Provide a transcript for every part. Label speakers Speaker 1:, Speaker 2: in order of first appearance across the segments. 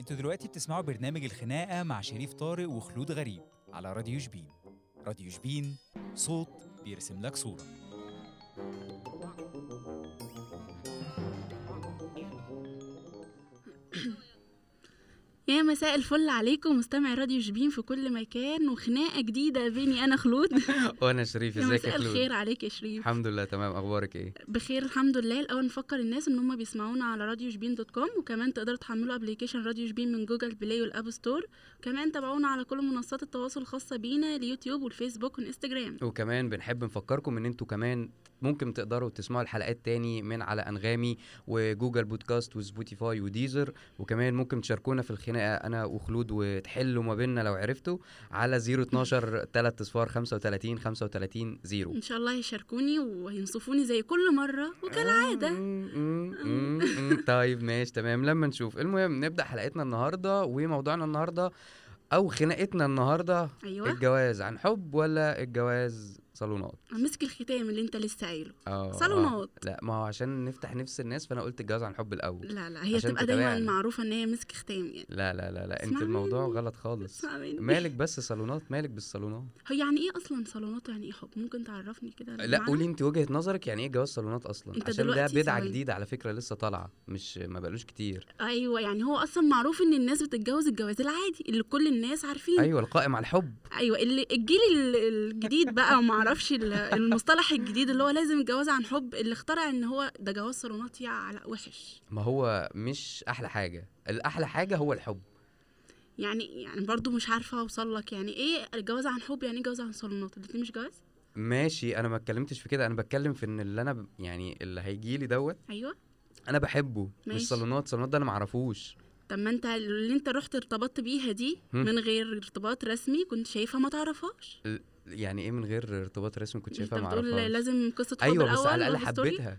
Speaker 1: انتوا دلوقتي بتسمعوا برنامج الخناقة مع شريف طارق وخلود غريب على راديو شبين راديو شبين صوت بيرسم لك صورة
Speaker 2: يا مساء الفل عليكم مستمعي راديو شبين في كل مكان وخناقه جديده بيني انا خلود
Speaker 3: وانا شريف
Speaker 2: يا
Speaker 3: ازيك يا
Speaker 2: مساء
Speaker 3: خلود
Speaker 2: الخير عليك يا شريف
Speaker 3: الحمد لله تمام اخبارك ايه
Speaker 2: بخير الحمد لله الاول نفكر الناس ان هم بيسمعونا على راديو شبين دوت كوم وكمان تقدروا تحملوا ابلكيشن راديو شبين من جوجل بلاي والاب ستور كمان تابعونا على كل منصات التواصل الخاصه بينا اليوتيوب والفيسبوك والانستجرام
Speaker 3: وكمان بنحب نفكركم ان انتوا كمان ممكن تقدروا تسمعوا الحلقات تاني من على انغامي وجوجل بودكاست وسبوتيفاي وديزر وكمان ممكن تشاركونا في الخناقه انا وخلود وتحلوا ما بيننا لو عرفتوا على 012 3 اصفار 35 35 0
Speaker 2: ان شاء الله يشاركوني وهينصفوني زي كل مره وكالعاده
Speaker 3: طيب ماشي تمام لما نشوف المهم نبدا حلقتنا النهارده وموضوعنا النهارده او خناقتنا النهارده
Speaker 2: ايوه
Speaker 3: الجواز عن حب ولا الجواز صالونات
Speaker 2: امسك الختام اللي انت لسه قايله
Speaker 3: اه آه.
Speaker 2: صالونات.
Speaker 3: لا ما هو عشان نفتح نفس الناس فانا قلت الجواز عن حب الاول
Speaker 2: لا لا هي
Speaker 3: عشان
Speaker 2: تبقى دايما
Speaker 3: تتابعني.
Speaker 2: معروفه ان هي مسك ختام يعني
Speaker 3: لا لا لا لا انت
Speaker 2: اسمعني.
Speaker 3: الموضوع غلط خالص
Speaker 2: اسمع مني.
Speaker 3: مالك بس صالونات مالك بالصالونات
Speaker 2: هو يعني ايه اصلا صالونات يعني ايه حب ممكن تعرفني كده
Speaker 3: لا
Speaker 2: المعنى؟
Speaker 3: قولي انت وجهة نظرك يعني ايه جواز صالونات اصلا
Speaker 2: انت
Speaker 3: عشان ده
Speaker 2: دلوقتي
Speaker 3: بدعة
Speaker 2: ثواني.
Speaker 3: جديدة على فكرة لسه طالعة مش ما بقالوش كتير
Speaker 2: ايوه يعني هو اصلا معروف ان الناس بتتجوز الجواز العادي اللي كل الناس عارفين
Speaker 3: ايوه القائم على الحب
Speaker 2: ايوه اللي الجيل ال- الجديد بقى وما اعرفش ال- المصطلح الجديد اللي هو لازم الجواز عن حب اللي اخترع ان هو ده جواز صالونات يا علاء وحش
Speaker 3: ما هو مش احلى حاجة الاحلى حاجة هو الحب
Speaker 2: يعني يعني برضو مش عارفه اوصل لك يعني ايه الجواز عن حب يعني ايه جواز عن صالونات الاتنين مش جواز
Speaker 3: ماشي انا ما اتكلمتش في كده انا بتكلم في ان اللي انا ب- يعني اللي هيجي لي دوت
Speaker 2: ايوه
Speaker 3: انا بحبه
Speaker 2: ماشي.
Speaker 3: مش صالونات صالونات ده انا ما اعرفوش
Speaker 2: طب ما انت اللي انت رحت ارتبطت بيها دي
Speaker 3: هم.
Speaker 2: من غير ارتباط رسمي كنت شايفها ما تعرفهاش
Speaker 3: يعني ايه من غير ارتباط رسمي كنت شايفها
Speaker 2: انت
Speaker 3: ما
Speaker 2: بتقول
Speaker 3: اعرفهاش
Speaker 2: لازم قصه حب
Speaker 3: ايوه
Speaker 2: الاول
Speaker 3: بس على الاقل
Speaker 2: love story؟
Speaker 3: حبيتها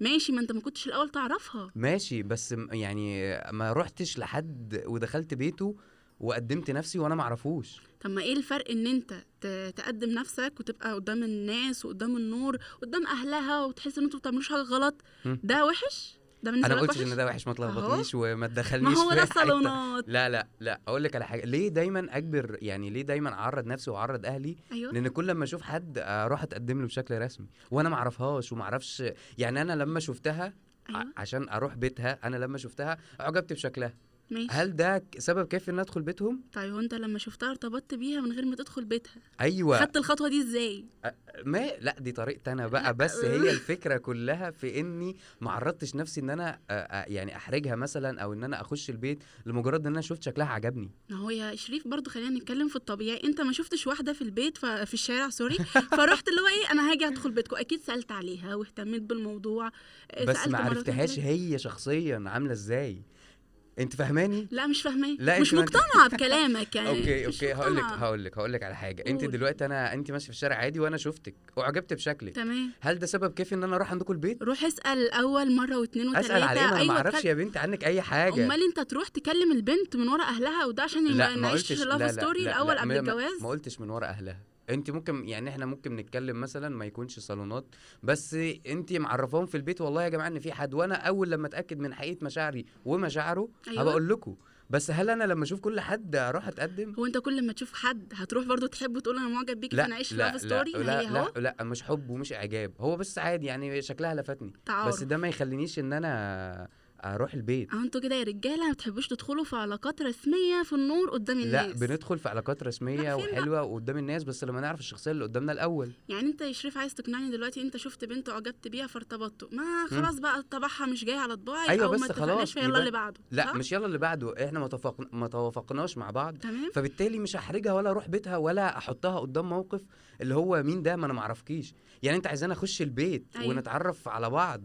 Speaker 2: ماشي ما انت ما كنتش الاول تعرفها
Speaker 3: ماشي بس م- يعني ما رحتش لحد ودخلت بيته وقدمت نفسي وانا ما اعرفوش
Speaker 2: طب ما ايه الفرق ان انت ت- تقدم نفسك وتبقى قدام الناس وقدام النور قدام اهلها وتحس ان انتوا ما بتعملوش حاجه غلط
Speaker 3: مم.
Speaker 2: ده وحش ده بالنسبه
Speaker 3: انا ما
Speaker 2: لك
Speaker 3: قلتش
Speaker 2: وحش
Speaker 3: ان ده وحش ما تلخبطنيش وما
Speaker 2: ما
Speaker 3: تدخلنيش
Speaker 2: هو
Speaker 3: في
Speaker 2: ده
Speaker 3: حتة.
Speaker 2: الصالونات
Speaker 3: لا لا لا اقول لك على حاجه ليه دايما اجبر يعني ليه دايما اعرض نفسي واعرض اهلي
Speaker 2: ايوه
Speaker 3: لان كل ما اشوف حد اروح اتقدم له بشكل رسمي وانا ما اعرفهاش وما اعرفش يعني انا لما شفتها ع-
Speaker 2: ايوه
Speaker 3: عشان اروح بيتها انا لما شفتها اعجبت بشكلها
Speaker 2: ماشي
Speaker 3: هل ده ك- سبب كافي ان ادخل بيتهم
Speaker 2: طيب وانت لما شفتها ارتبطت بيها من غير ما تدخل بيتها
Speaker 3: ايوه
Speaker 2: خدت الخطوه دي ازاي
Speaker 3: ما لا دي طريقتي انا بقى
Speaker 2: لا.
Speaker 3: بس
Speaker 2: آه.
Speaker 3: هي الفكره كلها في اني ما عرضتش نفسي ان انا آه، آه، يعني احرجها مثلا او ان انا اخش البيت لمجرد ان انا شفت شكلها عجبني
Speaker 2: ما هو يا شريف برضو خلينا نتكلم في الطبيعي انت ما شفتش واحده في البيت ف... في الشارع سوري فرحت اللي هو ايه انا هاجي ادخل بيتكم اكيد سالت عليها واهتميت بالموضوع آه،
Speaker 3: بس
Speaker 2: سألت
Speaker 3: ما
Speaker 2: مرة واتنين
Speaker 3: عرفتهاش
Speaker 2: تلاتة.
Speaker 3: هي شخصيا عامله ازاي انت فاهماني
Speaker 2: لا مش فاهماه
Speaker 3: لا،
Speaker 2: مش
Speaker 3: انت-
Speaker 2: مقتنعه بكلامك يعني
Speaker 3: اوكي
Speaker 2: مش
Speaker 3: اوكي هقول لك
Speaker 2: مقتنعة.
Speaker 3: هقول لك هقول لك على حاجه انت
Speaker 2: قول.
Speaker 3: دلوقتي انا انت ماشيه في الشارع عادي وانا شفتك واعجبت بشكلك
Speaker 2: تمام
Speaker 3: هل ده سبب كافي ان انا اروح عندكم البيت
Speaker 2: روح اسال الاول مره واثنين وثلاثه
Speaker 3: اسال على ايه ما انا ما اعرفش
Speaker 2: اتكلم.
Speaker 3: يا بنت عنك اي حاجه
Speaker 2: امال انت تروح تكلم البنت من ورا اهلها وده عشان يبقى نعيش لاف ستوري الاول قبل
Speaker 3: ما- ما-
Speaker 2: الجواز
Speaker 3: ما قلتش من ورا اهلها انت ممكن يعني احنا ممكن نتكلم مثلا ما يكونش صالونات بس انت معرفاهم في البيت والله يا جماعه ان في حد وانا اول لما اتاكد من حقيقه مشاعري ومشاعره
Speaker 2: أيوة.
Speaker 3: أيوة. هبقى اقول لكم بس هل انا لما اشوف كل حد اروح اتقدم
Speaker 2: هو انت كل ما تشوف حد هتروح برضو تحبه تقول انا معجب بيكي
Speaker 3: لا
Speaker 2: فانا عايش
Speaker 3: لا
Speaker 2: لاف
Speaker 3: لا
Speaker 2: ستوري ما
Speaker 3: لا,
Speaker 2: هي اهو
Speaker 3: لا لا مش حب ومش اعجاب هو بس عادي يعني شكلها لفتني
Speaker 2: تعارف
Speaker 3: بس ده ما يخلينيش ان انا اروح البيت
Speaker 2: اه انتوا كده يا رجاله ما بتحبوش تدخلوا في علاقات رسميه في النور قدام الناس
Speaker 3: لا بندخل في علاقات رسميه
Speaker 2: لا، فين بقى؟
Speaker 3: وحلوه وقدام الناس بس لما نعرف الشخصيه اللي قدامنا الاول
Speaker 2: يعني انت يا شريف عايز تقنعني دلوقتي انت شفت بنت اعجبت بيها فارتبطتوا ما خلاص بقى طبعها مش جاي على طباعي
Speaker 3: أيوة
Speaker 2: او
Speaker 3: بس
Speaker 2: ما
Speaker 3: خلاص،
Speaker 2: اتفقناش فيلا
Speaker 3: يبقى-
Speaker 2: اللي بعده
Speaker 3: لا
Speaker 2: صح؟
Speaker 3: مش يلا اللي بعده احنا ما توافقنا ما توافقناش مع بعض
Speaker 2: تمام
Speaker 3: فبالتالي مش هحرجها ولا اروح بيتها ولا احطها قدام موقف اللي هو مين ده ما انا ما اعرفكيش يعني انت عايزاني اخش البيت
Speaker 2: أيوة.
Speaker 3: ونتعرف على بعض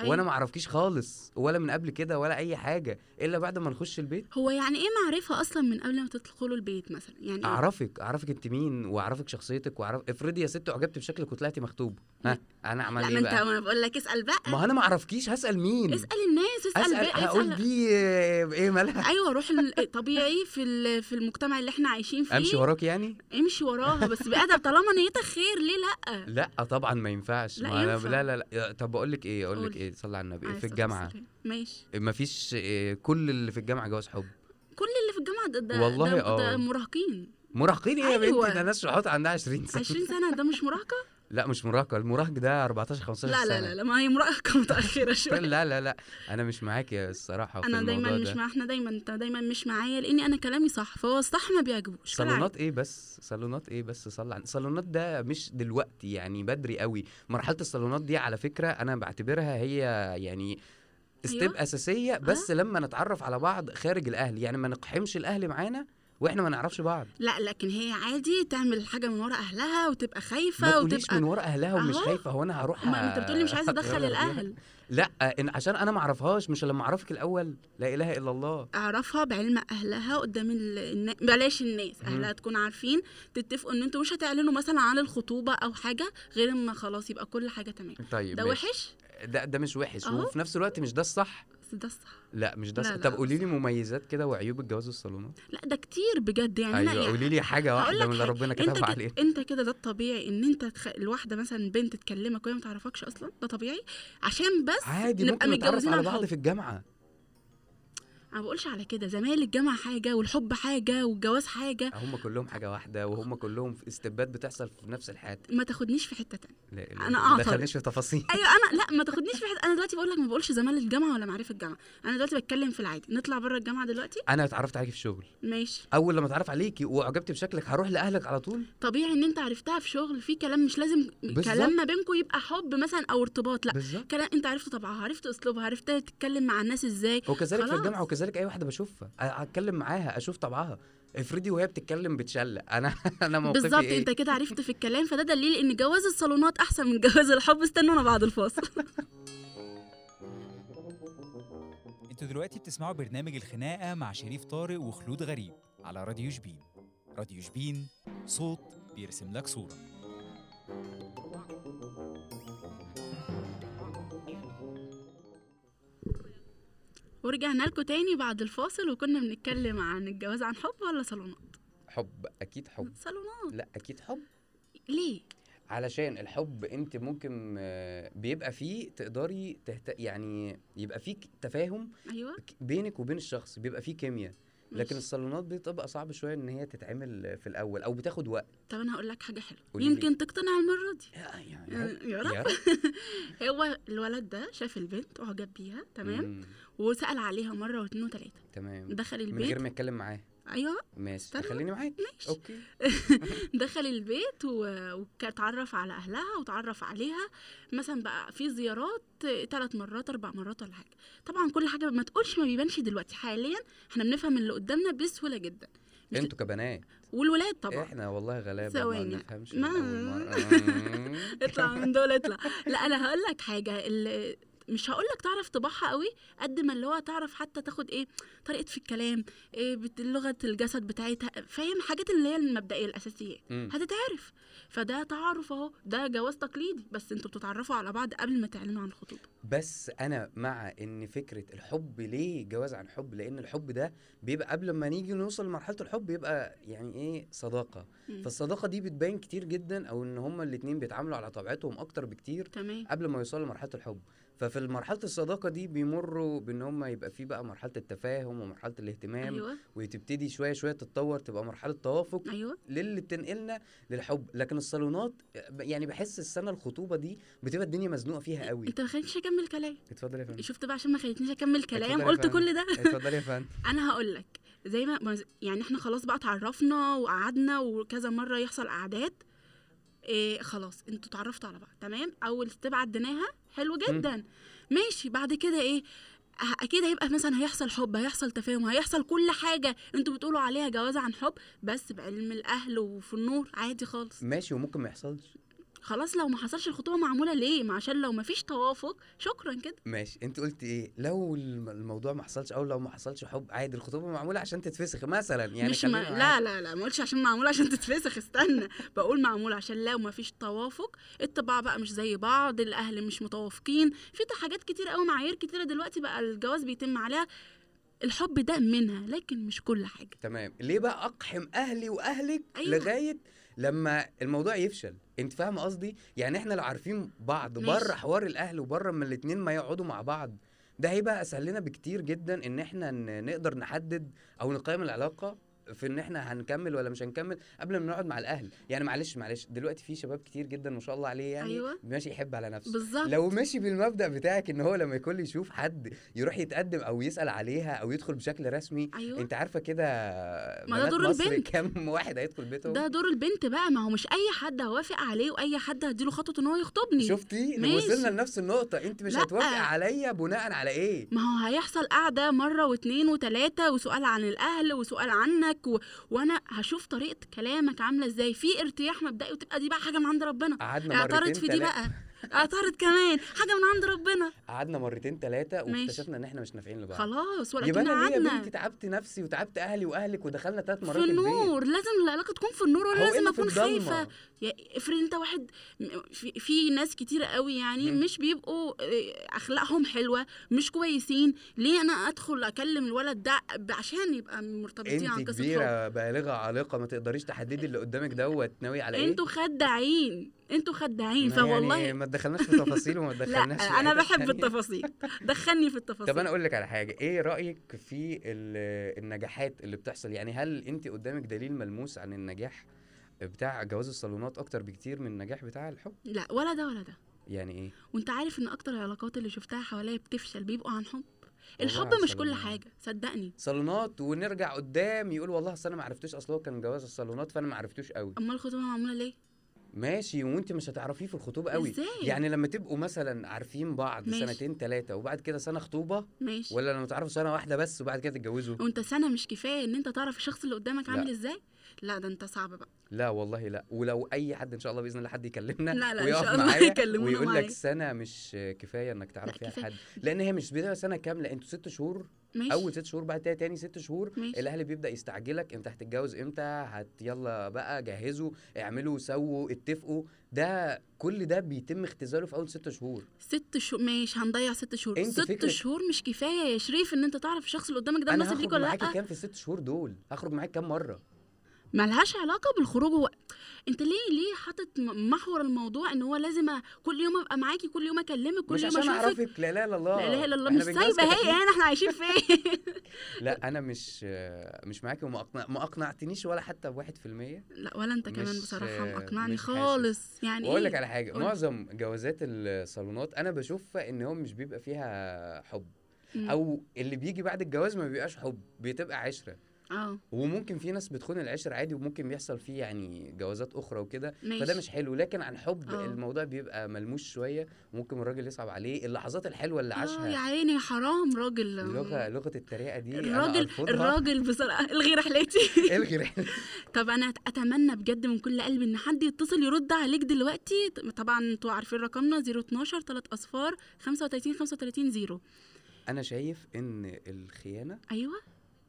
Speaker 2: أيوة.
Speaker 3: وانا ما اعرفكيش خالص ولا من قبل كده ولا اي حاجه الا بعد ما نخش البيت
Speaker 2: هو يعني ايه معرفه اصلا من قبل ما تدخلوا البيت مثلا يعني ايه؟
Speaker 3: اعرفك اعرفك انت مين واعرفك شخصيتك واعرف افرضي يا ست اعجبت بشكلك وطلعتي مخطوبه ها انا اعمل
Speaker 2: لا ما
Speaker 3: ايه
Speaker 2: انت
Speaker 3: بقى
Speaker 2: ما انا بقول لك اسال بقى
Speaker 3: ما انا ما اعرفكيش هسال مين
Speaker 2: اسال الناس اسال
Speaker 3: اسال
Speaker 2: بقى
Speaker 3: هقول
Speaker 2: اسال
Speaker 3: دي آه، ايه مالها
Speaker 2: ايوه روح ال- طبيعي في ال- في المجتمع اللي احنا عايشين فيه
Speaker 3: امشي وراك يعني
Speaker 2: امشي وراها بس بادب طالما نيتك خير ليه لا
Speaker 3: لا طبعا ما ينفعش
Speaker 2: لا
Speaker 3: ما أنا-
Speaker 2: ينفع.
Speaker 3: لا لا لا طب اقول لك ايه اقول
Speaker 2: قول.
Speaker 3: لك ايه صلي على النبي
Speaker 2: عليه
Speaker 3: في
Speaker 2: الصلاة
Speaker 3: الجامعه
Speaker 2: والسلام. ماشي
Speaker 3: آه، ما فيش إيه، كل اللي في الجامعه جواز حب
Speaker 2: ده ده
Speaker 3: والله
Speaker 2: ده,
Speaker 3: آه.
Speaker 2: ده مراهقين
Speaker 3: مراهقين ايه يا
Speaker 2: أيوة.
Speaker 3: بنتي ده ناس شحوط عندها 20 سنه
Speaker 2: 20 سنه ده مش مراهقه
Speaker 3: لا مش مراهقه المراهق ده 14 15
Speaker 2: لا
Speaker 3: سنه
Speaker 2: لا لا لا ما هي مراهقه متاخره شويه
Speaker 3: لا لا لا انا مش معاك يا الصراحه في
Speaker 2: انا
Speaker 3: الموضوع
Speaker 2: دايما مش
Speaker 3: ده
Speaker 2: مع احنا دايما انت دايما مش معايا لاني انا كلامي صح فهو الصح ما بيعجبوش كالعادة.
Speaker 3: صالونات ايه بس صالونات ايه بس صلى على صالونات ده مش دلوقتي يعني بدري قوي مرحله الصالونات دي على فكره انا بعتبرها هي يعني ستيب
Speaker 2: أيوة.
Speaker 3: اساسيه بس لما نتعرف على بعض خارج الاهل يعني ما نقحمش الاهل معانا واحنا ما نعرفش بعض
Speaker 2: لا لكن هي عادي تعمل حاجه من ورا اهلها وتبقى
Speaker 3: ما
Speaker 2: خايفه
Speaker 3: تقوليش من
Speaker 2: وتبقى
Speaker 3: ورا اهلها ومش
Speaker 2: أهو.
Speaker 3: خايفه هو انا هروح
Speaker 2: ما انت بتقولي مش عايزه ادخل
Speaker 3: أتغرب بيها؟
Speaker 2: الاهل
Speaker 3: لا إن عشان انا ما اعرفهاش مش لما اعرفك الاول لا اله الا الله
Speaker 2: اعرفها بعلم اهلها قدام ال- النا... بلاش الناس
Speaker 3: مم.
Speaker 2: اهلها تكون عارفين تتفقوا ان انتوا مش هتعلنوا مثلا عن الخطوبه او حاجه غير اما خلاص يبقى كل حاجه تمام
Speaker 3: طيب
Speaker 2: ده
Speaker 3: ماشي.
Speaker 2: وحش
Speaker 3: ده ده مش وحش
Speaker 2: أهو.
Speaker 3: وفي نفس الوقت مش ده الصح
Speaker 2: بس ده الصح
Speaker 3: لا مش ده
Speaker 2: لا،
Speaker 3: الصح
Speaker 2: لا،
Speaker 3: طب قولي لي مميزات كده وعيوب الجواز الصالونات
Speaker 2: لا ده كتير بجد يعني أنا
Speaker 3: ايوه
Speaker 2: يعني
Speaker 3: قولي لي حاجه
Speaker 2: هقول
Speaker 3: واحده
Speaker 2: لك
Speaker 3: من اللي
Speaker 2: حاجة،
Speaker 3: ربنا
Speaker 2: انت
Speaker 3: كتبها علينا
Speaker 2: كده انت كده ده الطبيعي ان انت تخ... الواحده مثلا بنت تكلمك وهي ما تعرفكش اصلا ده طبيعي عشان بس
Speaker 3: عادي
Speaker 2: نبقى
Speaker 3: ممكن نتعرف
Speaker 2: متجوزين
Speaker 3: على
Speaker 2: على
Speaker 3: بعض
Speaker 2: الحب
Speaker 3: في الجامعه
Speaker 2: انا ما بقولش على كده زمايل الجامعه حاجه والحب حاجه والجواز حاجه
Speaker 3: هم كلهم حاجه واحده وهم كلهم في استبات بتحصل في نفس الحياه
Speaker 2: ما تاخدنيش في حته تانية
Speaker 3: لا لا،
Speaker 2: أنا
Speaker 3: ما
Speaker 2: أعترض.
Speaker 3: دخلناش في تفاصيل
Speaker 2: ايوه انا لا ما تاخدنيش في حته انا دلوقتي بقول لك ما بقولش زمايل الجامعه ولا معارف الجامعه انا دلوقتي بتكلم في العادي نطلع بره الجامعه دلوقتي
Speaker 3: انا اتعرفت عليكي في شغل
Speaker 2: ماشي
Speaker 3: اول لما اتعرف عليكي واعجبت بشكلك هروح لاهلك على طول
Speaker 2: طبيعي ان انت عرفتها في شغل في كلام مش لازم
Speaker 3: بالظبط.
Speaker 2: كلام ما بينكم يبقى حب مثلا او ارتباط لا
Speaker 3: بالظبط
Speaker 2: كلام انت عرفت طبعها عرفت اسلوبها عرفت تتكلم مع الناس ازاي
Speaker 3: وكذلك في
Speaker 2: خلاص.
Speaker 3: الجامعه وكذلك اي واحده بشوفها أ- اتكلم معاها اشوف طبعها افرضي وهي بتتكلم بتشلق انا انا موقفي
Speaker 2: بالظبط
Speaker 3: ايه
Speaker 2: انت كده عرفت في الكلام فده دليل ان جواز الصالونات احسن من جواز الحب استنونا بعد الفاصل
Speaker 1: انتوا دلوقتي بتسمعوا برنامج الخناقة مع شريف طارق وخلود غريب على راديو شبين راديو شبين صوت بيرسم لك صورة
Speaker 2: ورجعنا لكم تاني بعد الفاصل وكنا بنتكلم عن الجواز عن حب ولا صالونات
Speaker 3: حب اكيد حب
Speaker 2: صالونات
Speaker 3: لا اكيد حب
Speaker 2: ليه
Speaker 3: علشان الحب انت ممكن آه، بيبقى فيه تقدري تهت... يعني يبقى فيه تفاهم
Speaker 2: ايوه
Speaker 3: ك- بينك وبين الشخص بيبقى فيه كيمياء لكن
Speaker 2: ماشي.
Speaker 3: الصالونات بتبقى صعب شويه ان هي تتعمل في الاول او بتاخد وقت
Speaker 2: طب انا هقول لك حاجه حلوه
Speaker 3: قولي لي.
Speaker 2: يمكن تقتنع المره دي آه،
Speaker 3: يا يا
Speaker 2: يا رب
Speaker 3: يا
Speaker 2: هو الولد ده شاف البنت اعجب بيها تمام
Speaker 3: مم،
Speaker 2: وسال عليها مره واتنين وتلاته
Speaker 3: تمام
Speaker 2: دخل
Speaker 3: من غير
Speaker 2: البيت
Speaker 3: ما يتكلم معاه
Speaker 2: ايوه
Speaker 3: ماشي
Speaker 2: استنى.
Speaker 3: خليني معاك
Speaker 2: ماشي
Speaker 3: اوكي
Speaker 2: دخل البيت و- واتعرف على اهلها وتعرف عليها مثلا بقى في زيارات ثلاث مرات اربع مرات ولا حاجه طبعا كل حاجه ما تقولش ما بيبانش دلوقتي حاليا احنا بنفهم اللي قدامنا بسهوله جدا مش-
Speaker 3: انتوا كبنات
Speaker 2: والولاد طبعا
Speaker 3: احنا والله غلابه
Speaker 2: ثواني.
Speaker 3: ما نفهمش
Speaker 2: ما- اطلع من دول اطلع لا انا هقول لك حاجه ال- مش هقول لك تعرف طباعها قوي قد ما اللي هو تعرف حتى تاخد ايه طريقه في الكلام إيه بت- لغه الجسد بتاعتها فاهم حاجات اللي هي المبدئيه الاساسيات هتتعرف فده تعارف اهو ده جواز تقليدي بس انتوا بتتعرفوا على بعض قبل ما تعلنوا عن الخطوبه
Speaker 3: بس انا مع ان فكره الحب ليه جواز عن حب لان الحب ده بيبقى قبل ما نيجي نوصل لمرحله الحب يبقى يعني ايه صداقه
Speaker 2: مم.
Speaker 3: فالصداقه دي بتبان كتير جدا او ان هما الاتنين بيتعاملوا على طبيعتهم اكتر بكتير
Speaker 2: تمام
Speaker 3: قبل ما يوصلوا لمرحله الحب ففي مرحله الصداقه دي بيمروا بان هما يبقى في بقى مرحله التفاهم ومرحله الاهتمام
Speaker 2: ايوه
Speaker 3: وتبتدي شويه شويه تتطور تبقى مرحله توافق
Speaker 2: ايوه
Speaker 3: للي بتنقلنا للحب لكن الصالونات يعني بحس السنه الخطوبه دي بتبقى الدنيا مزنوقه فيها قوي
Speaker 2: انت ما خليتنيش اكمل كلام
Speaker 3: اتفضل يا فندم
Speaker 2: شفت بقى عشان ما خليتنيش اكمل كلام
Speaker 3: اتفضل يا
Speaker 2: قلت
Speaker 3: فندم.
Speaker 2: كل ده
Speaker 3: اتفضل يا فندم
Speaker 2: انا هقول لك زي ما ما- يعني احنا خلاص بقى اتعرفنا وقعدنا وكذا مره يحصل قعدات إيه خلاص انتوا اتعرفتوا على بعض تمام اول ستيب عديناها حلو جدا ماشي بعد كده ايه ه- اكيد هيبقى مثلا هيحصل حب هيحصل تفاهم هيحصل كل حاجه انتوا بتقولوا عليها جواز عن حب بس بعلم الاهل وفي النور عادي خالص
Speaker 3: ماشي وممكن ما يحصلش
Speaker 2: خلاص لو ما حصلش الخطوبه معموله ليه ما عشان لو ما فيش توافق شكرا كده
Speaker 3: ماشي انت قلت ايه لو الم- الموضوع ما حصلش او لو ما حصلش حب عادي الخطوبه معموله عشان تتفسخ مثلا يعني
Speaker 2: مش ما...
Speaker 3: خلينا معاك.
Speaker 2: لا لا لا ما قلتش عشان معمول عشان تتفسخ استنى بقول معمول عشان لو ما فيش توافق الطباع بقى مش زي بعض الاهل مش متوافقين في ت- حاجات كتير قوي معايير كتيره دلوقتي بقى الجواز بيتم عليها الحب ده منها لكن مش كل حاجه
Speaker 3: تمام ليه بقى اقحم اهلي واهلك
Speaker 2: أيوة.
Speaker 3: أيوة. لغايه لما الموضوع يفشل انت فاهمه قصدي يعني احنا لو عارفين بعض
Speaker 2: ماشي.
Speaker 3: بره حوار الاهل وبره اما الاتنين ما يقعدوا مع بعض ده هيبقى اسهل لنا بكتير جدا ان احنا ن- نقدر نحدد او نقيم العلاقه في ان احنا هنكمل ولا مش هنكمل قبل ما نقعد مع الاهل يعني معلش معلش دلوقتي في شباب كتير جدا ما شاء الله عليه يعني
Speaker 2: أيوة.
Speaker 3: ماشي يحب على نفسه
Speaker 2: بالظبط
Speaker 3: لو ماشي بالمبدا بتاعك ان هو لما يكون يشوف حد يروح يتقدم او يسال عليها او يدخل بشكل رسمي
Speaker 2: ايوه
Speaker 3: انت عارفه كده
Speaker 2: ما ده
Speaker 3: بنات
Speaker 2: دور
Speaker 3: مصر
Speaker 2: البنت.
Speaker 3: كم واحد هيدخل بيتهم
Speaker 2: ده دور البنت بقى ما هو مش اي حد هوافق عليه واي حد هديله خطوه ان هو يخطبني
Speaker 3: شفتي
Speaker 2: ماشي.
Speaker 3: وصلنا لنفس النقطه انت مش
Speaker 2: لأ.
Speaker 3: هتوافقي عليا بناء على ايه
Speaker 2: ما هو هيحصل قعدة مرة واتنين وتلاتة وسؤال عن الأهل وسؤال عنك و... وأنا هشوف طريقة كلامك عاملة إزاي في ارتياح مبدئي وتبقى دي بقى حاجة من عند ربنا
Speaker 3: قعدنا مرتين
Speaker 2: اعترض في دي
Speaker 3: تلاتة-
Speaker 2: بقى اعترض كمان حاجة من عند ربنا
Speaker 3: قعدنا مرتين ثلاثه
Speaker 2: ماشي.
Speaker 3: واكتشفنا ان احنا مش نافعين لبعض
Speaker 2: خلاص
Speaker 3: يبقى
Speaker 2: ولكن
Speaker 3: انا ليه يا بنتي
Speaker 2: قعدنا
Speaker 3: تعبت نفسي وتعبت اهلي واهلك ودخلنا ثلاث مرات
Speaker 2: في النور لازم العلاقة تكون في النور ولا
Speaker 3: البيت هو
Speaker 2: لازم
Speaker 3: إلا في
Speaker 2: أكون خايفة
Speaker 3: الضلمة.
Speaker 2: يا- افرض انت واحد م- في, في ناس كتير قوي يعني
Speaker 3: مم.
Speaker 2: مش بيبقوا آه، اخلاقهم حلوه مش كويسين ليه انا ادخل اكلم الولد ده عشان يبقى مرتبطين عن
Speaker 3: انت
Speaker 2: قصه حب
Speaker 3: كبيره بالغه عالقه ما تقدريش تحددي اللي قدامك دوت ناوي على ايه
Speaker 2: انتوا خداعين انتوا خداعين
Speaker 3: ما
Speaker 2: فوالله
Speaker 3: يعني ما تدخلناش في تفاصيل وما
Speaker 2: لا
Speaker 3: تدخلناش في
Speaker 2: انا
Speaker 3: حتت
Speaker 2: بحب
Speaker 3: تانية.
Speaker 2: التفاصيل دخلني في
Speaker 3: طب
Speaker 2: التفاصيل
Speaker 3: انا اقول لك على حاجه ايه رايك في ال- النجاحات اللي بتحصل يعني هل انت قدامك دليل ملموس عن النجاح بتاع جواز الصالونات اكتر بكتير من النجاح بتاع الحب
Speaker 2: لا ولا ده ولا ده
Speaker 3: يعني ايه
Speaker 2: وانت عارف ان اكتر العلاقات اللي شفتها حواليا بتفشل بيبقوا عن حب
Speaker 3: والله
Speaker 2: الحب
Speaker 3: على
Speaker 2: مش كل
Speaker 3: السلامة.
Speaker 2: حاجه صدقني
Speaker 3: صالونات ونرجع قدام يقول والله اصل انا ما عرفتوش اصل هو كان جواز الصالونات فانا ما عرفتوش قوي
Speaker 2: امال الخطوبه معموله ليه
Speaker 3: ماشي وانت مش هتعرفيه في الخطوبه قوي
Speaker 2: ازاي
Speaker 3: يعني لما تبقوا مثلا عارفين بعض
Speaker 2: ماشي.
Speaker 3: سنتين ثلاثه وبعد كده سنه خطوبه
Speaker 2: ماشي
Speaker 3: ولا لما تعرفوا سنه واحده بس وبعد كده تتجوزوا
Speaker 2: وانت سنه مش كفايه ان انت تعرف الشخص اللي قدامك
Speaker 3: لا.
Speaker 2: عامل ازاي لا ده انت صعب بقى
Speaker 3: لا والله لا ولو اي حد ان شاء الله باذن الله حد يكلمنا
Speaker 2: لا لا، إن
Speaker 3: ويقف
Speaker 2: شاء الله
Speaker 3: معايا
Speaker 2: يكلمونا
Speaker 3: ويقول
Speaker 2: معايا.
Speaker 3: لك سنه مش كفايه انك
Speaker 2: لا
Speaker 3: تعرف فيها
Speaker 2: كفايه
Speaker 3: حد لان هي مش بتبقى سنه كامله انتوا ست شهور
Speaker 2: ماشي
Speaker 3: اول ست شهور بعد كده تاني ست شهور
Speaker 2: ماشي.
Speaker 3: الاهل بيبدا يستعجلك انت هتتجوز امتى هت يلا بقى جهزوا اعملوا سووا اتفقوا ده كل ده بيتم اختزاله في اول ست شهور
Speaker 2: ست شهور ماشي هنضيع ست شهور
Speaker 3: انت
Speaker 2: ست
Speaker 3: فكرك-
Speaker 2: شهور مش كفايه يا شريف ان انت تعرف الشخص اللي قدامك ده
Speaker 3: انا
Speaker 2: مناسب
Speaker 3: هخرج
Speaker 2: ليك ولا
Speaker 3: معاك
Speaker 2: لا
Speaker 3: كام في الست شهور دول هخرج معاك كام مره
Speaker 2: ملهاش علاقه بالخروج هو انت ليه ليه حاطط م- محور الموضوع ان هو لازم أ- كل يوم ابقى معاكي كل يوم اكلمك كل
Speaker 3: مش
Speaker 2: يوم
Speaker 3: عشان
Speaker 2: اشوفك
Speaker 3: اعرفك لا اله الا الله
Speaker 2: لا اله الا الله
Speaker 3: احنا
Speaker 2: مش
Speaker 3: بنتجوز
Speaker 2: سايبه هي
Speaker 3: كتير.
Speaker 2: يعني احنا عايشين فين
Speaker 3: لا انا مش مش معاكي وما أقنع ما اقنعتنيش ولا حتى بواحد في المية
Speaker 2: لا ولا انت كمان
Speaker 3: مش-
Speaker 2: بصراحه مقنعني
Speaker 3: مش حاسس.
Speaker 2: خالص يعني
Speaker 3: واقول لك
Speaker 2: ايه
Speaker 3: على حاجه
Speaker 2: قولي.
Speaker 3: معظم جوازات الصالونات انا بشوفها ان هو مش بيبقى فيها حب
Speaker 2: مم.
Speaker 3: او اللي بيجي بعد الجواز ما بيبقاش حب بتبقى عشره
Speaker 2: اه
Speaker 3: وممكن في ناس بتخون العشره عادي وممكن بيحصل فيه يعني جوازات اخرى وكده
Speaker 2: ماشي
Speaker 3: فده مش حلو لكن عن حب
Speaker 2: آه.
Speaker 3: الموضوع بيبقى ملموس شويه ممكن الراجل يصعب عليه اللحظات الحلوه اللي
Speaker 2: اه يا
Speaker 3: عاشها
Speaker 2: عيني حرام راجل
Speaker 3: لغه لغه التريقه دي أنا
Speaker 2: الراجل
Speaker 3: أرفضها.
Speaker 2: الراجل بصراحه الغي رحلتي
Speaker 3: الغي رحلة.
Speaker 2: طب انا أت- اتمنى بجد من كل قلبي ان حد يتصل يرد عليك دلوقتي ط- طبعا انتوا عارفين رقمنا 012 3 اصفار 35 35 0
Speaker 3: انا شايف ان الخيانه
Speaker 2: ايوه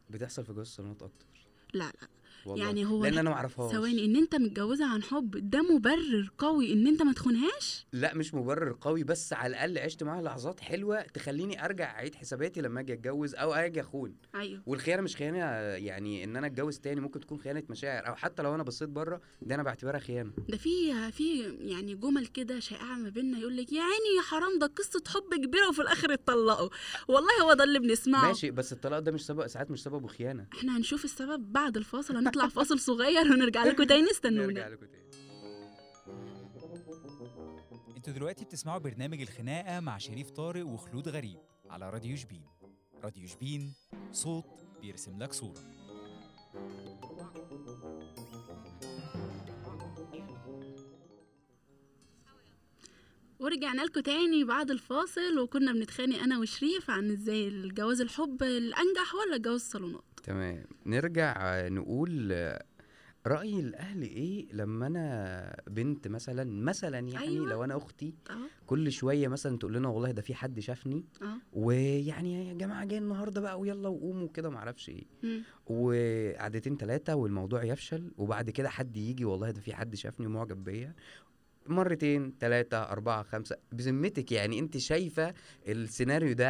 Speaker 3: بتحصل في جواز الصالونات اكتر
Speaker 2: لا لا
Speaker 3: والله
Speaker 2: يعني هو
Speaker 3: لان
Speaker 2: لا-
Speaker 3: انا ما اعرفهاش
Speaker 2: ثواني ان انت متجوزها عن حب ده مبرر قوي ان انت ما تخونهاش
Speaker 3: لا مش مبرر قوي بس على الاقل عشت معاها لحظات حلوه تخليني ارجع اعيد حساباتي لما اجي اتجوز او اجي اخون
Speaker 2: ايوه
Speaker 3: والخيانه مش خيانه يعني ان انا اتجوز تاني ممكن تكون خيانه مشاعر او حتى لو انا بصيت بره ده انا بعتبرها خيانه
Speaker 2: ده في في يعني جمل كده شائعه ما بيننا يقول لك يا عيني يا حرام ده قصه حب كبيره وفي الاخر اتطلقوا والله هو ده اللي بنسمعه
Speaker 3: ماشي بس الطلاق ده مش سبب ساعات مش سببه خيانه
Speaker 2: احنا هنشوف السبب بعد الفاصل هنطلع فاصل صغير ونرجع لكم تاني استنونا
Speaker 3: نرجع لكم تاني
Speaker 1: انتوا دلوقتي بتسمعوا برنامج الخناقة مع شريف طارق وخلود غريب على راديو شبين راديو شبين صوت بيرسم لك صورة
Speaker 2: ورجعنا لكم تاني بعد الفاصل وكنا بنتخانق انا وشريف عن ازاي الجواز الحب الانجح ولا جواز الصالونات
Speaker 3: تمام نرجع آه، نقول آه، راي الاهل ايه لما انا بنت مثلا مثلا يعني
Speaker 2: أيوة.
Speaker 3: لو انا اختي
Speaker 2: اه
Speaker 3: كل شويه مثلا تقول لنا والله ده في حد شافني
Speaker 2: اه
Speaker 3: ويعني يا جماعه جاي النهارده بقى ويلا وقوموا كده معرفش ايه
Speaker 2: مم.
Speaker 3: وقعدتين ثلاثه والموضوع يفشل وبعد كده حد يجي والله ده في حد شافني معجب بيا مرتين ثلاثة أربعة خمسة بذمتك يعني أنت شايفة السيناريو ده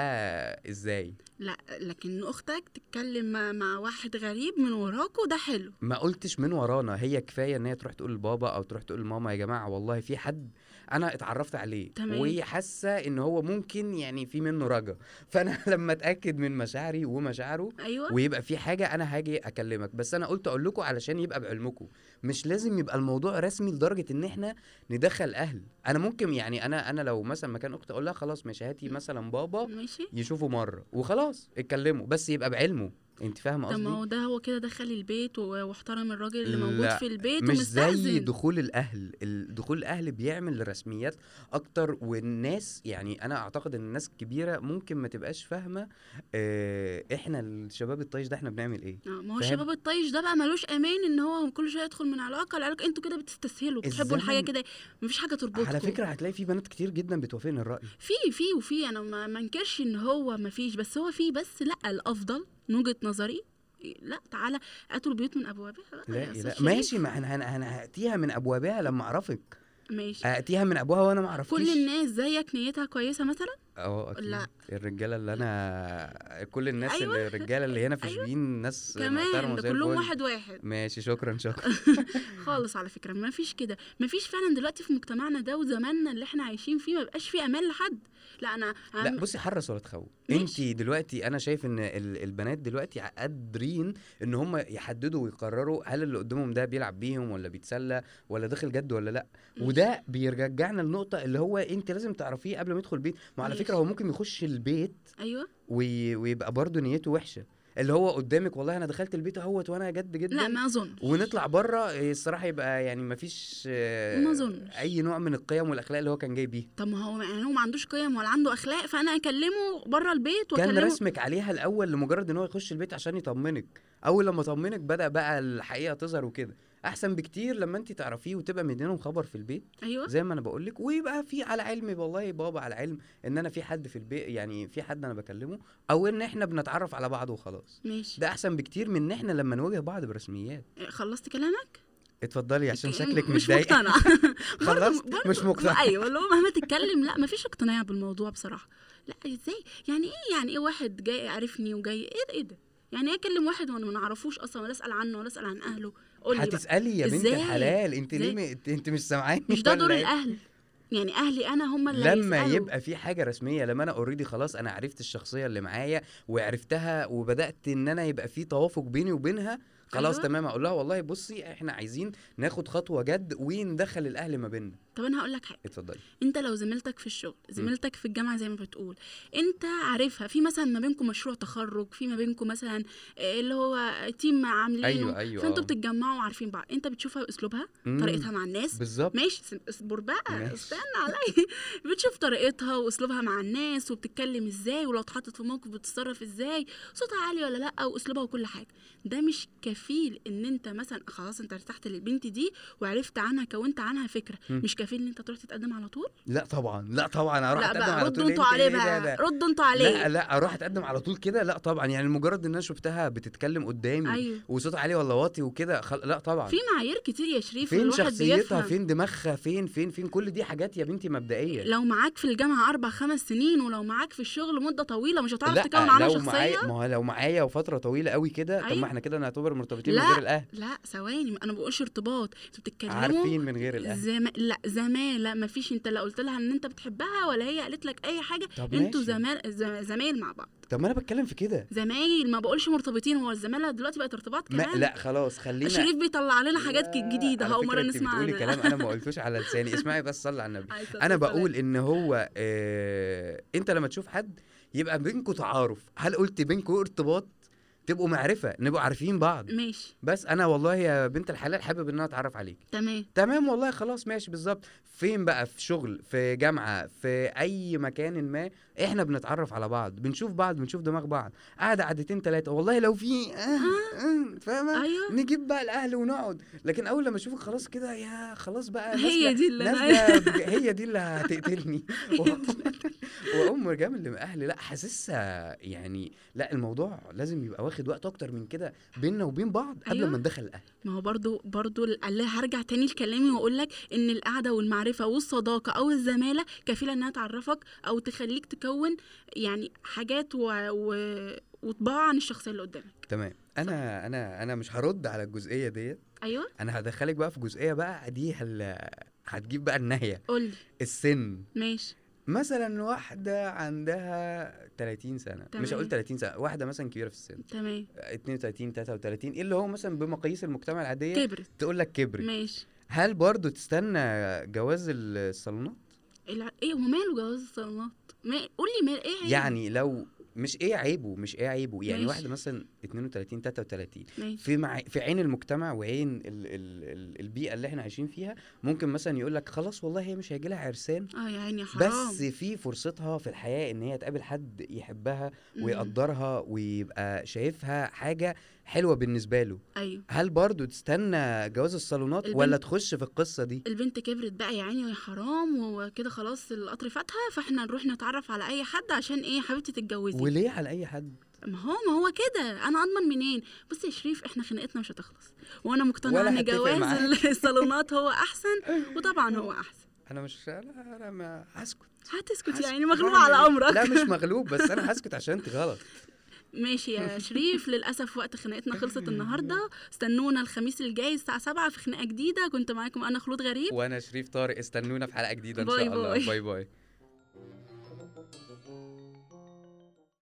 Speaker 3: إزاي؟
Speaker 2: لا لكن اختك تتكلم مع- مع واحد غريب من وراكوا ده حلو
Speaker 3: ما قلتش من ورانا هي كفاية إن هي تروح تقول لبابا أو تروح تقول لماما يا جماعة والله في حد انا اتعرفت عليه
Speaker 2: تمام.
Speaker 3: وهي حاسه ان هو ممكن يعني في منه رجا فانا لما اتاكد من مشاعري ومشاعره
Speaker 2: ايوه
Speaker 3: ويبقى في حاجه انا هاجي اكلمك بس انا قلت اقول لكم علشان يبقى بعلمكم مش لازم يبقى الموضوع رسمي لدرجه ان احنا ندخل اهل انا ممكن يعني انا انا لو مثلا مكان اختي اقول لها خلاص مش هاتي مثلا بابا
Speaker 2: ماشي
Speaker 3: يشوفه مره وخلاص اتكلموا بس يبقى بعلمه انت فاهمه
Speaker 2: طب ما
Speaker 3: قصدي
Speaker 2: هو ده هو كده دخل البيت و- واحترم الراجل اللي موجود
Speaker 3: لا،
Speaker 2: في البيت
Speaker 3: مش زي
Speaker 2: ومستأذن
Speaker 3: دخول الاهل ال- دخول الاهل بيعمل رسميات اكتر والناس يعني انا اعتقد ان الناس الكبيره ممكن ما تبقاش فاهمه آه، احنا الشباب الطيش ده احنا بنعمل ايه
Speaker 2: آه، ما هو
Speaker 3: فاهم؟
Speaker 2: الشباب الطيش ده بقى ملوش امان ان هو كل شويه يدخل من علاقه لعلاقه انتوا كده بتستسهلوا بتحبوا
Speaker 3: الزمن-
Speaker 2: الحاجه كده مفيش حاجه تربطكم
Speaker 3: على فكره هتلاقي في بنات كتير جدا بتوافقني الراي
Speaker 2: في في وفي انا ما ما انكرش ان هو ما فيش بس هو في بس لا الافضل من وجهه نظري لا تعالى هاتوا البيوت من ابوابها بقى
Speaker 3: لا
Speaker 2: يا أستاذ
Speaker 3: لا
Speaker 2: شريف.
Speaker 3: ماشي ما انا انا انا هاتيها من ابوابها لما اعرفك
Speaker 2: ماشي
Speaker 3: هاتيها من ابوها وانا ما اعرفكش
Speaker 2: كل الناس زيك نيتها كويسه مثلا
Speaker 3: اه اكيد
Speaker 2: لا.
Speaker 3: الرجاله اللي انا كل الناس
Speaker 2: أيوة.
Speaker 3: اللي الرجاله اللي هنا في
Speaker 2: أيوة.
Speaker 3: أيوة. شبين ناس
Speaker 2: كمان
Speaker 3: محترمه
Speaker 2: ده
Speaker 3: زي
Speaker 2: كلهم
Speaker 3: الفل.
Speaker 2: واحد واحد
Speaker 3: ماشي شكرا شكرا
Speaker 2: خالص على فكره ما فيش كده ما فيش فعلا دلوقتي في مجتمعنا ده وزماننا اللي احنا عايشين فيه ما بقاش فيه امان لحد لا انا
Speaker 3: لا
Speaker 2: عم-
Speaker 3: بصي حرص ولا تخوف انت
Speaker 2: ماشي.
Speaker 3: دلوقتي انا شايف ان ال- البنات دلوقتي قادرين ان هم يحددوا ويقرروا هل اللي قدامهم ده بيلعب بيهم ولا بيتسلى ولا داخل جد ولا لا وده بيرجعنا للنقطه اللي هو انت لازم تعرفيه قبل ما يدخل البيت ما على
Speaker 2: ماشي.
Speaker 3: فكره هو ممكن يخش البيت
Speaker 2: ايوه
Speaker 3: وي... ويبقى برضه نيته وحشه اللي هو قدامك والله انا دخلت البيت اهوت وانا جد جدا
Speaker 2: لا ما اظن
Speaker 3: ونطلع بره الصراحه يبقى يعني مفيش آه،
Speaker 2: ما أظنش.
Speaker 3: اي نوع من القيم والاخلاق اللي هو كان جاي بيه
Speaker 2: طب ما هو يعني هو ما عندوش قيم ولا عنده اخلاق فانا اكلمه بره البيت
Speaker 3: كان
Speaker 2: واكلمه
Speaker 3: رسمك عليها الاول لمجرد ان هو يخش البيت عشان يطمنك اول لما طمنك بدا بقى الحقيقه تظهر وكده احسن بكتير لما انت تعرفيه وتبقى مدينهم خبر في البيت
Speaker 2: ايوه
Speaker 3: زي ما انا بقول لك ويبقى في على علم والله بابا على علم ان انا في حد في البيت يعني في حد انا بكلمه او ان احنا بنتعرف على بعض وخلاص
Speaker 2: ماشي
Speaker 3: ده احسن بكتير من ان احنا لما نواجه بعض برسميات
Speaker 2: خلصت كلامك
Speaker 3: اتفضلي إيه، عشان
Speaker 2: ك-
Speaker 3: شكلك
Speaker 2: مش
Speaker 3: متضايق
Speaker 2: مقتنع
Speaker 3: خلصت؟
Speaker 2: برضه-
Speaker 3: مش
Speaker 2: برضه-
Speaker 3: مقتنع.
Speaker 2: ايوه اللي هو مهما تتكلم لا مفيش اقتناع بالموضوع بصراحه لا ازاي يعني ايه يعني ايه واحد جاي عارفني وجاي ايه ده ايه ده يعني ايه اكلم واحد وانا ما نعرفوش اصلا ولا اسال عنه ولا اسال عن اهله قول لي بقى
Speaker 3: هتسالي يا بنت
Speaker 2: إزاي؟
Speaker 3: الحلال انت
Speaker 2: إزاي؟
Speaker 3: ليه م... انت- انت مش سامعاني
Speaker 2: مش ده
Speaker 3: ولا
Speaker 2: دور
Speaker 3: إيه؟
Speaker 2: الاهل يعني اهلي انا هم اللي
Speaker 3: لما
Speaker 2: هيسألوا.
Speaker 3: يبقى في حاجه رسميه لما انا اوريدي خلاص انا عرفت الشخصيه اللي معايا وعرفتها وبدات ان انا يبقى في توافق بيني وبينها خلاص
Speaker 2: أيوة.
Speaker 3: أيوة. تمام اقول لها والله بصي احنا عايزين ناخد خطوه جد وندخل الاهل ما بيننا
Speaker 2: طب انا هقول لك حاجه
Speaker 3: اتفضلي
Speaker 2: انت لو زميلتك في الشغل زميلتك في الجامعه زي ما بتقول انت عارفها في مثلا ما بينكم مشروع تخرج في ما بينكم مثلا آه، اللي هو تيم عاملينه
Speaker 3: أيوة، أيوة،
Speaker 2: فانتوا
Speaker 3: آه.
Speaker 2: بتتجمعوا وعارفين بعض انت بتشوفها باسلوبها
Speaker 3: مم،
Speaker 2: طريقتها مع الناس
Speaker 3: بالظبط
Speaker 2: ماشي س- اصبر بقى
Speaker 3: ماشي.
Speaker 2: استنى عليا بتشوف طريقتها واسلوبها مع الناس وبتتكلم ازاي ولو اتحطت في موقف بتتصرف ازاي صوتها عالي ولا لا واسلوبها وكل حاجه ده مش كفيل ان انت مثلا خلاص انت ارتحت للبنت دي وعرفت عنها كونت عنها فكره
Speaker 3: مم.
Speaker 2: مش كفيل ان انت تروح تتقدم على طول
Speaker 3: لا طبعا لا طبعا اروح
Speaker 2: لا
Speaker 3: اتقدم
Speaker 2: بقى
Speaker 3: على طول
Speaker 2: ردوا انتوا
Speaker 3: إيه
Speaker 2: عليه
Speaker 3: ده- إيه ده-
Speaker 2: بقى
Speaker 3: ده؟
Speaker 2: ردوا انتوا عليه
Speaker 3: لا لا اروح اتقدم على طول كده لا طبعا يعني مجرد ان انا شفتها بتتكلم قدامي
Speaker 2: ايوه
Speaker 3: وصوتها عالي ولا واطي وكده خل... لا طبعا
Speaker 2: في معايير كتير يا شريف
Speaker 3: فين
Speaker 2: الواحد
Speaker 3: شخصيتها
Speaker 2: بيفهم
Speaker 3: فين دماغها فين فين فين كل دي حاجات يا بنتي مبدئيه
Speaker 2: لو معاك في الجامعه اربع خمس سنين ولو معاك في الشغل مده طويله مش هتعرف
Speaker 3: لا،
Speaker 2: تكون عنها
Speaker 3: لو
Speaker 2: شخصيه
Speaker 3: معايا ما هو لو معايا وفتره طويله قوي كده طب
Speaker 2: أيوة.
Speaker 3: ما احنا كده نعتبر مرتبطين من
Speaker 2: لا،
Speaker 3: غير الاهل
Speaker 2: لا ثواني انا ما بقولش ارتباط انتوا بتتكلموا
Speaker 3: عارفين من غير الاهل
Speaker 2: زم... لا زمالة ما فيش انت لا قلت لها ان انت بتحبها ولا هي قالت لك اي حاجه
Speaker 3: طب
Speaker 2: انتوا
Speaker 3: ماشي.
Speaker 2: زمال ز- زمايل مع بعض
Speaker 3: طب ما انا بتكلم في كده
Speaker 2: زمايل ما بقولش مرتبطين هو الزماله دلوقتي بقت ارتباط
Speaker 3: ما
Speaker 2: كمان
Speaker 3: لا خلاص خلينا
Speaker 2: شريف بيطلع لنا حاجات
Speaker 3: لا،
Speaker 2: ك- جديده
Speaker 3: على
Speaker 2: اهو
Speaker 3: فكرة
Speaker 2: مره
Speaker 3: انت
Speaker 2: نسمع
Speaker 3: بتقولي
Speaker 2: عنها
Speaker 3: كلام انا ما قلتوش على لساني اسمعي بس صلي على النبي
Speaker 2: عليه الصلاة
Speaker 3: انا بقول ان هو اه انت لما تشوف حد يبقى بينكوا تعارف هل قلت بينكوا ارتباط تبقوا معرفه نبقوا عارفين بعض
Speaker 2: والسلام. ماشي
Speaker 3: بس انا والله يا بنت الحلال حابب ان انا اتعرف عليك
Speaker 2: تمام
Speaker 3: تمام والله خلاص ماشي بالظبط فين بقى في شغل في جامعه في اي مكان ما احنا بنتعرف على بعض بنشوف بعض بنشوف دماغ بعض قعده قعدتين ثلاثه والله لو في آه آه فاهمه
Speaker 2: ايوه
Speaker 3: نجيب بقى الاهل ونقعد لكن اول لما اشوفك خلاص كده يا خلاص بقى
Speaker 2: هي دي اللي انا
Speaker 3: نازله بج- هي دي اللي هتقتلني وام جمل اهلي لا حاسسها يعني لا الموضوع لازم يبقى واخد وقت اكتر من كده بيننا وبين بعض قبل
Speaker 2: أيوة.
Speaker 3: ما ندخل الاهل
Speaker 2: ما هو برضو برضو ال- اللي هرجع تاني لكلامي واقول لك ان القعده والمعرفه والصداقه او الزماله كفيله انها تعرفك او تخليك تكون يعني حاجات و... و... وطباع عن الشخصيه اللي قدامك
Speaker 3: تمام انا انا انا مش هرد على الجزئيه ديت
Speaker 2: ايوه
Speaker 3: انا هدخلك بقى في جزئيه بقى دي هل هتجيب بقى النهايه
Speaker 2: قولي
Speaker 3: السن
Speaker 2: ماشي
Speaker 3: مثلا واحده عندها 30 سنه مش هقول
Speaker 2: تمام.
Speaker 3: 30 سنه واحده مثلا كبيره في السن
Speaker 2: تمام
Speaker 3: 32 33 ايه اللي هو مثلا بمقاييس المجتمع العاديه
Speaker 2: كبرت
Speaker 3: تقول لك كبرت
Speaker 2: ماشي
Speaker 3: هل برضو تستنى جواز الصالونات
Speaker 2: الع... ايه وماله جواز الصالونات ما... قولي مال ايه عيب؟
Speaker 3: يعني لو مش ايه عيبه مش ايه عيبه يعني
Speaker 2: ماشي.
Speaker 3: واحده مثلا 32 33
Speaker 2: ماشي
Speaker 3: في مع... في عين المجتمع وعين ال... ال... ال... البيئه اللي احنا عايشين فيها ممكن مثلا يقول لك خلاص والله هي مش هيجي لها عرسان
Speaker 2: اه يا عيني حرام
Speaker 3: بس في فرصتها في الحياه ان هي تقابل حد يحبها
Speaker 2: مم.
Speaker 3: ويقدرها ويبقى شايفها حاجه حلوه بالنسبه له
Speaker 2: ايوه
Speaker 3: هل برضو تستنى جواز الصالونات ولا
Speaker 2: البنت-
Speaker 3: تخش في القصه دي
Speaker 2: البنت كبرت بقى يا عيني يا حرام وكده خلاص القطر فاتها فاحنا نروح نتعرف على اي حد عشان ايه يا حبيبتي تتجوزي
Speaker 3: وليه على اي حد
Speaker 2: ما هو ما هو كده انا اضمن منين بصي يا شريف احنا خناقتنا مش هتخلص وانا
Speaker 3: ولا
Speaker 2: مقتنعه ان
Speaker 3: هتفق
Speaker 2: جواز
Speaker 3: معاك.
Speaker 2: الصالونات هو احسن وطبعا هو احسن
Speaker 3: انا مش انا أنا ما هسكت
Speaker 2: هتسكت
Speaker 3: هسكت.
Speaker 2: يعني مغلوب على
Speaker 3: هعمل إيه؟
Speaker 2: امرك
Speaker 3: لا مش مغلوب بس انا هسكت عشان انت غلط
Speaker 2: ماشي يا شريف للأسف وقت خناقتنا خلصت النهاردة استنونا الخميس الجاي الساعة 7 في خناقة جديدة كنت معاكم أنا خلود غريب
Speaker 3: وانا شريف طارق استنونا في حلقه جديده ان
Speaker 2: باي
Speaker 3: شاء الله
Speaker 2: باي.
Speaker 3: باي باي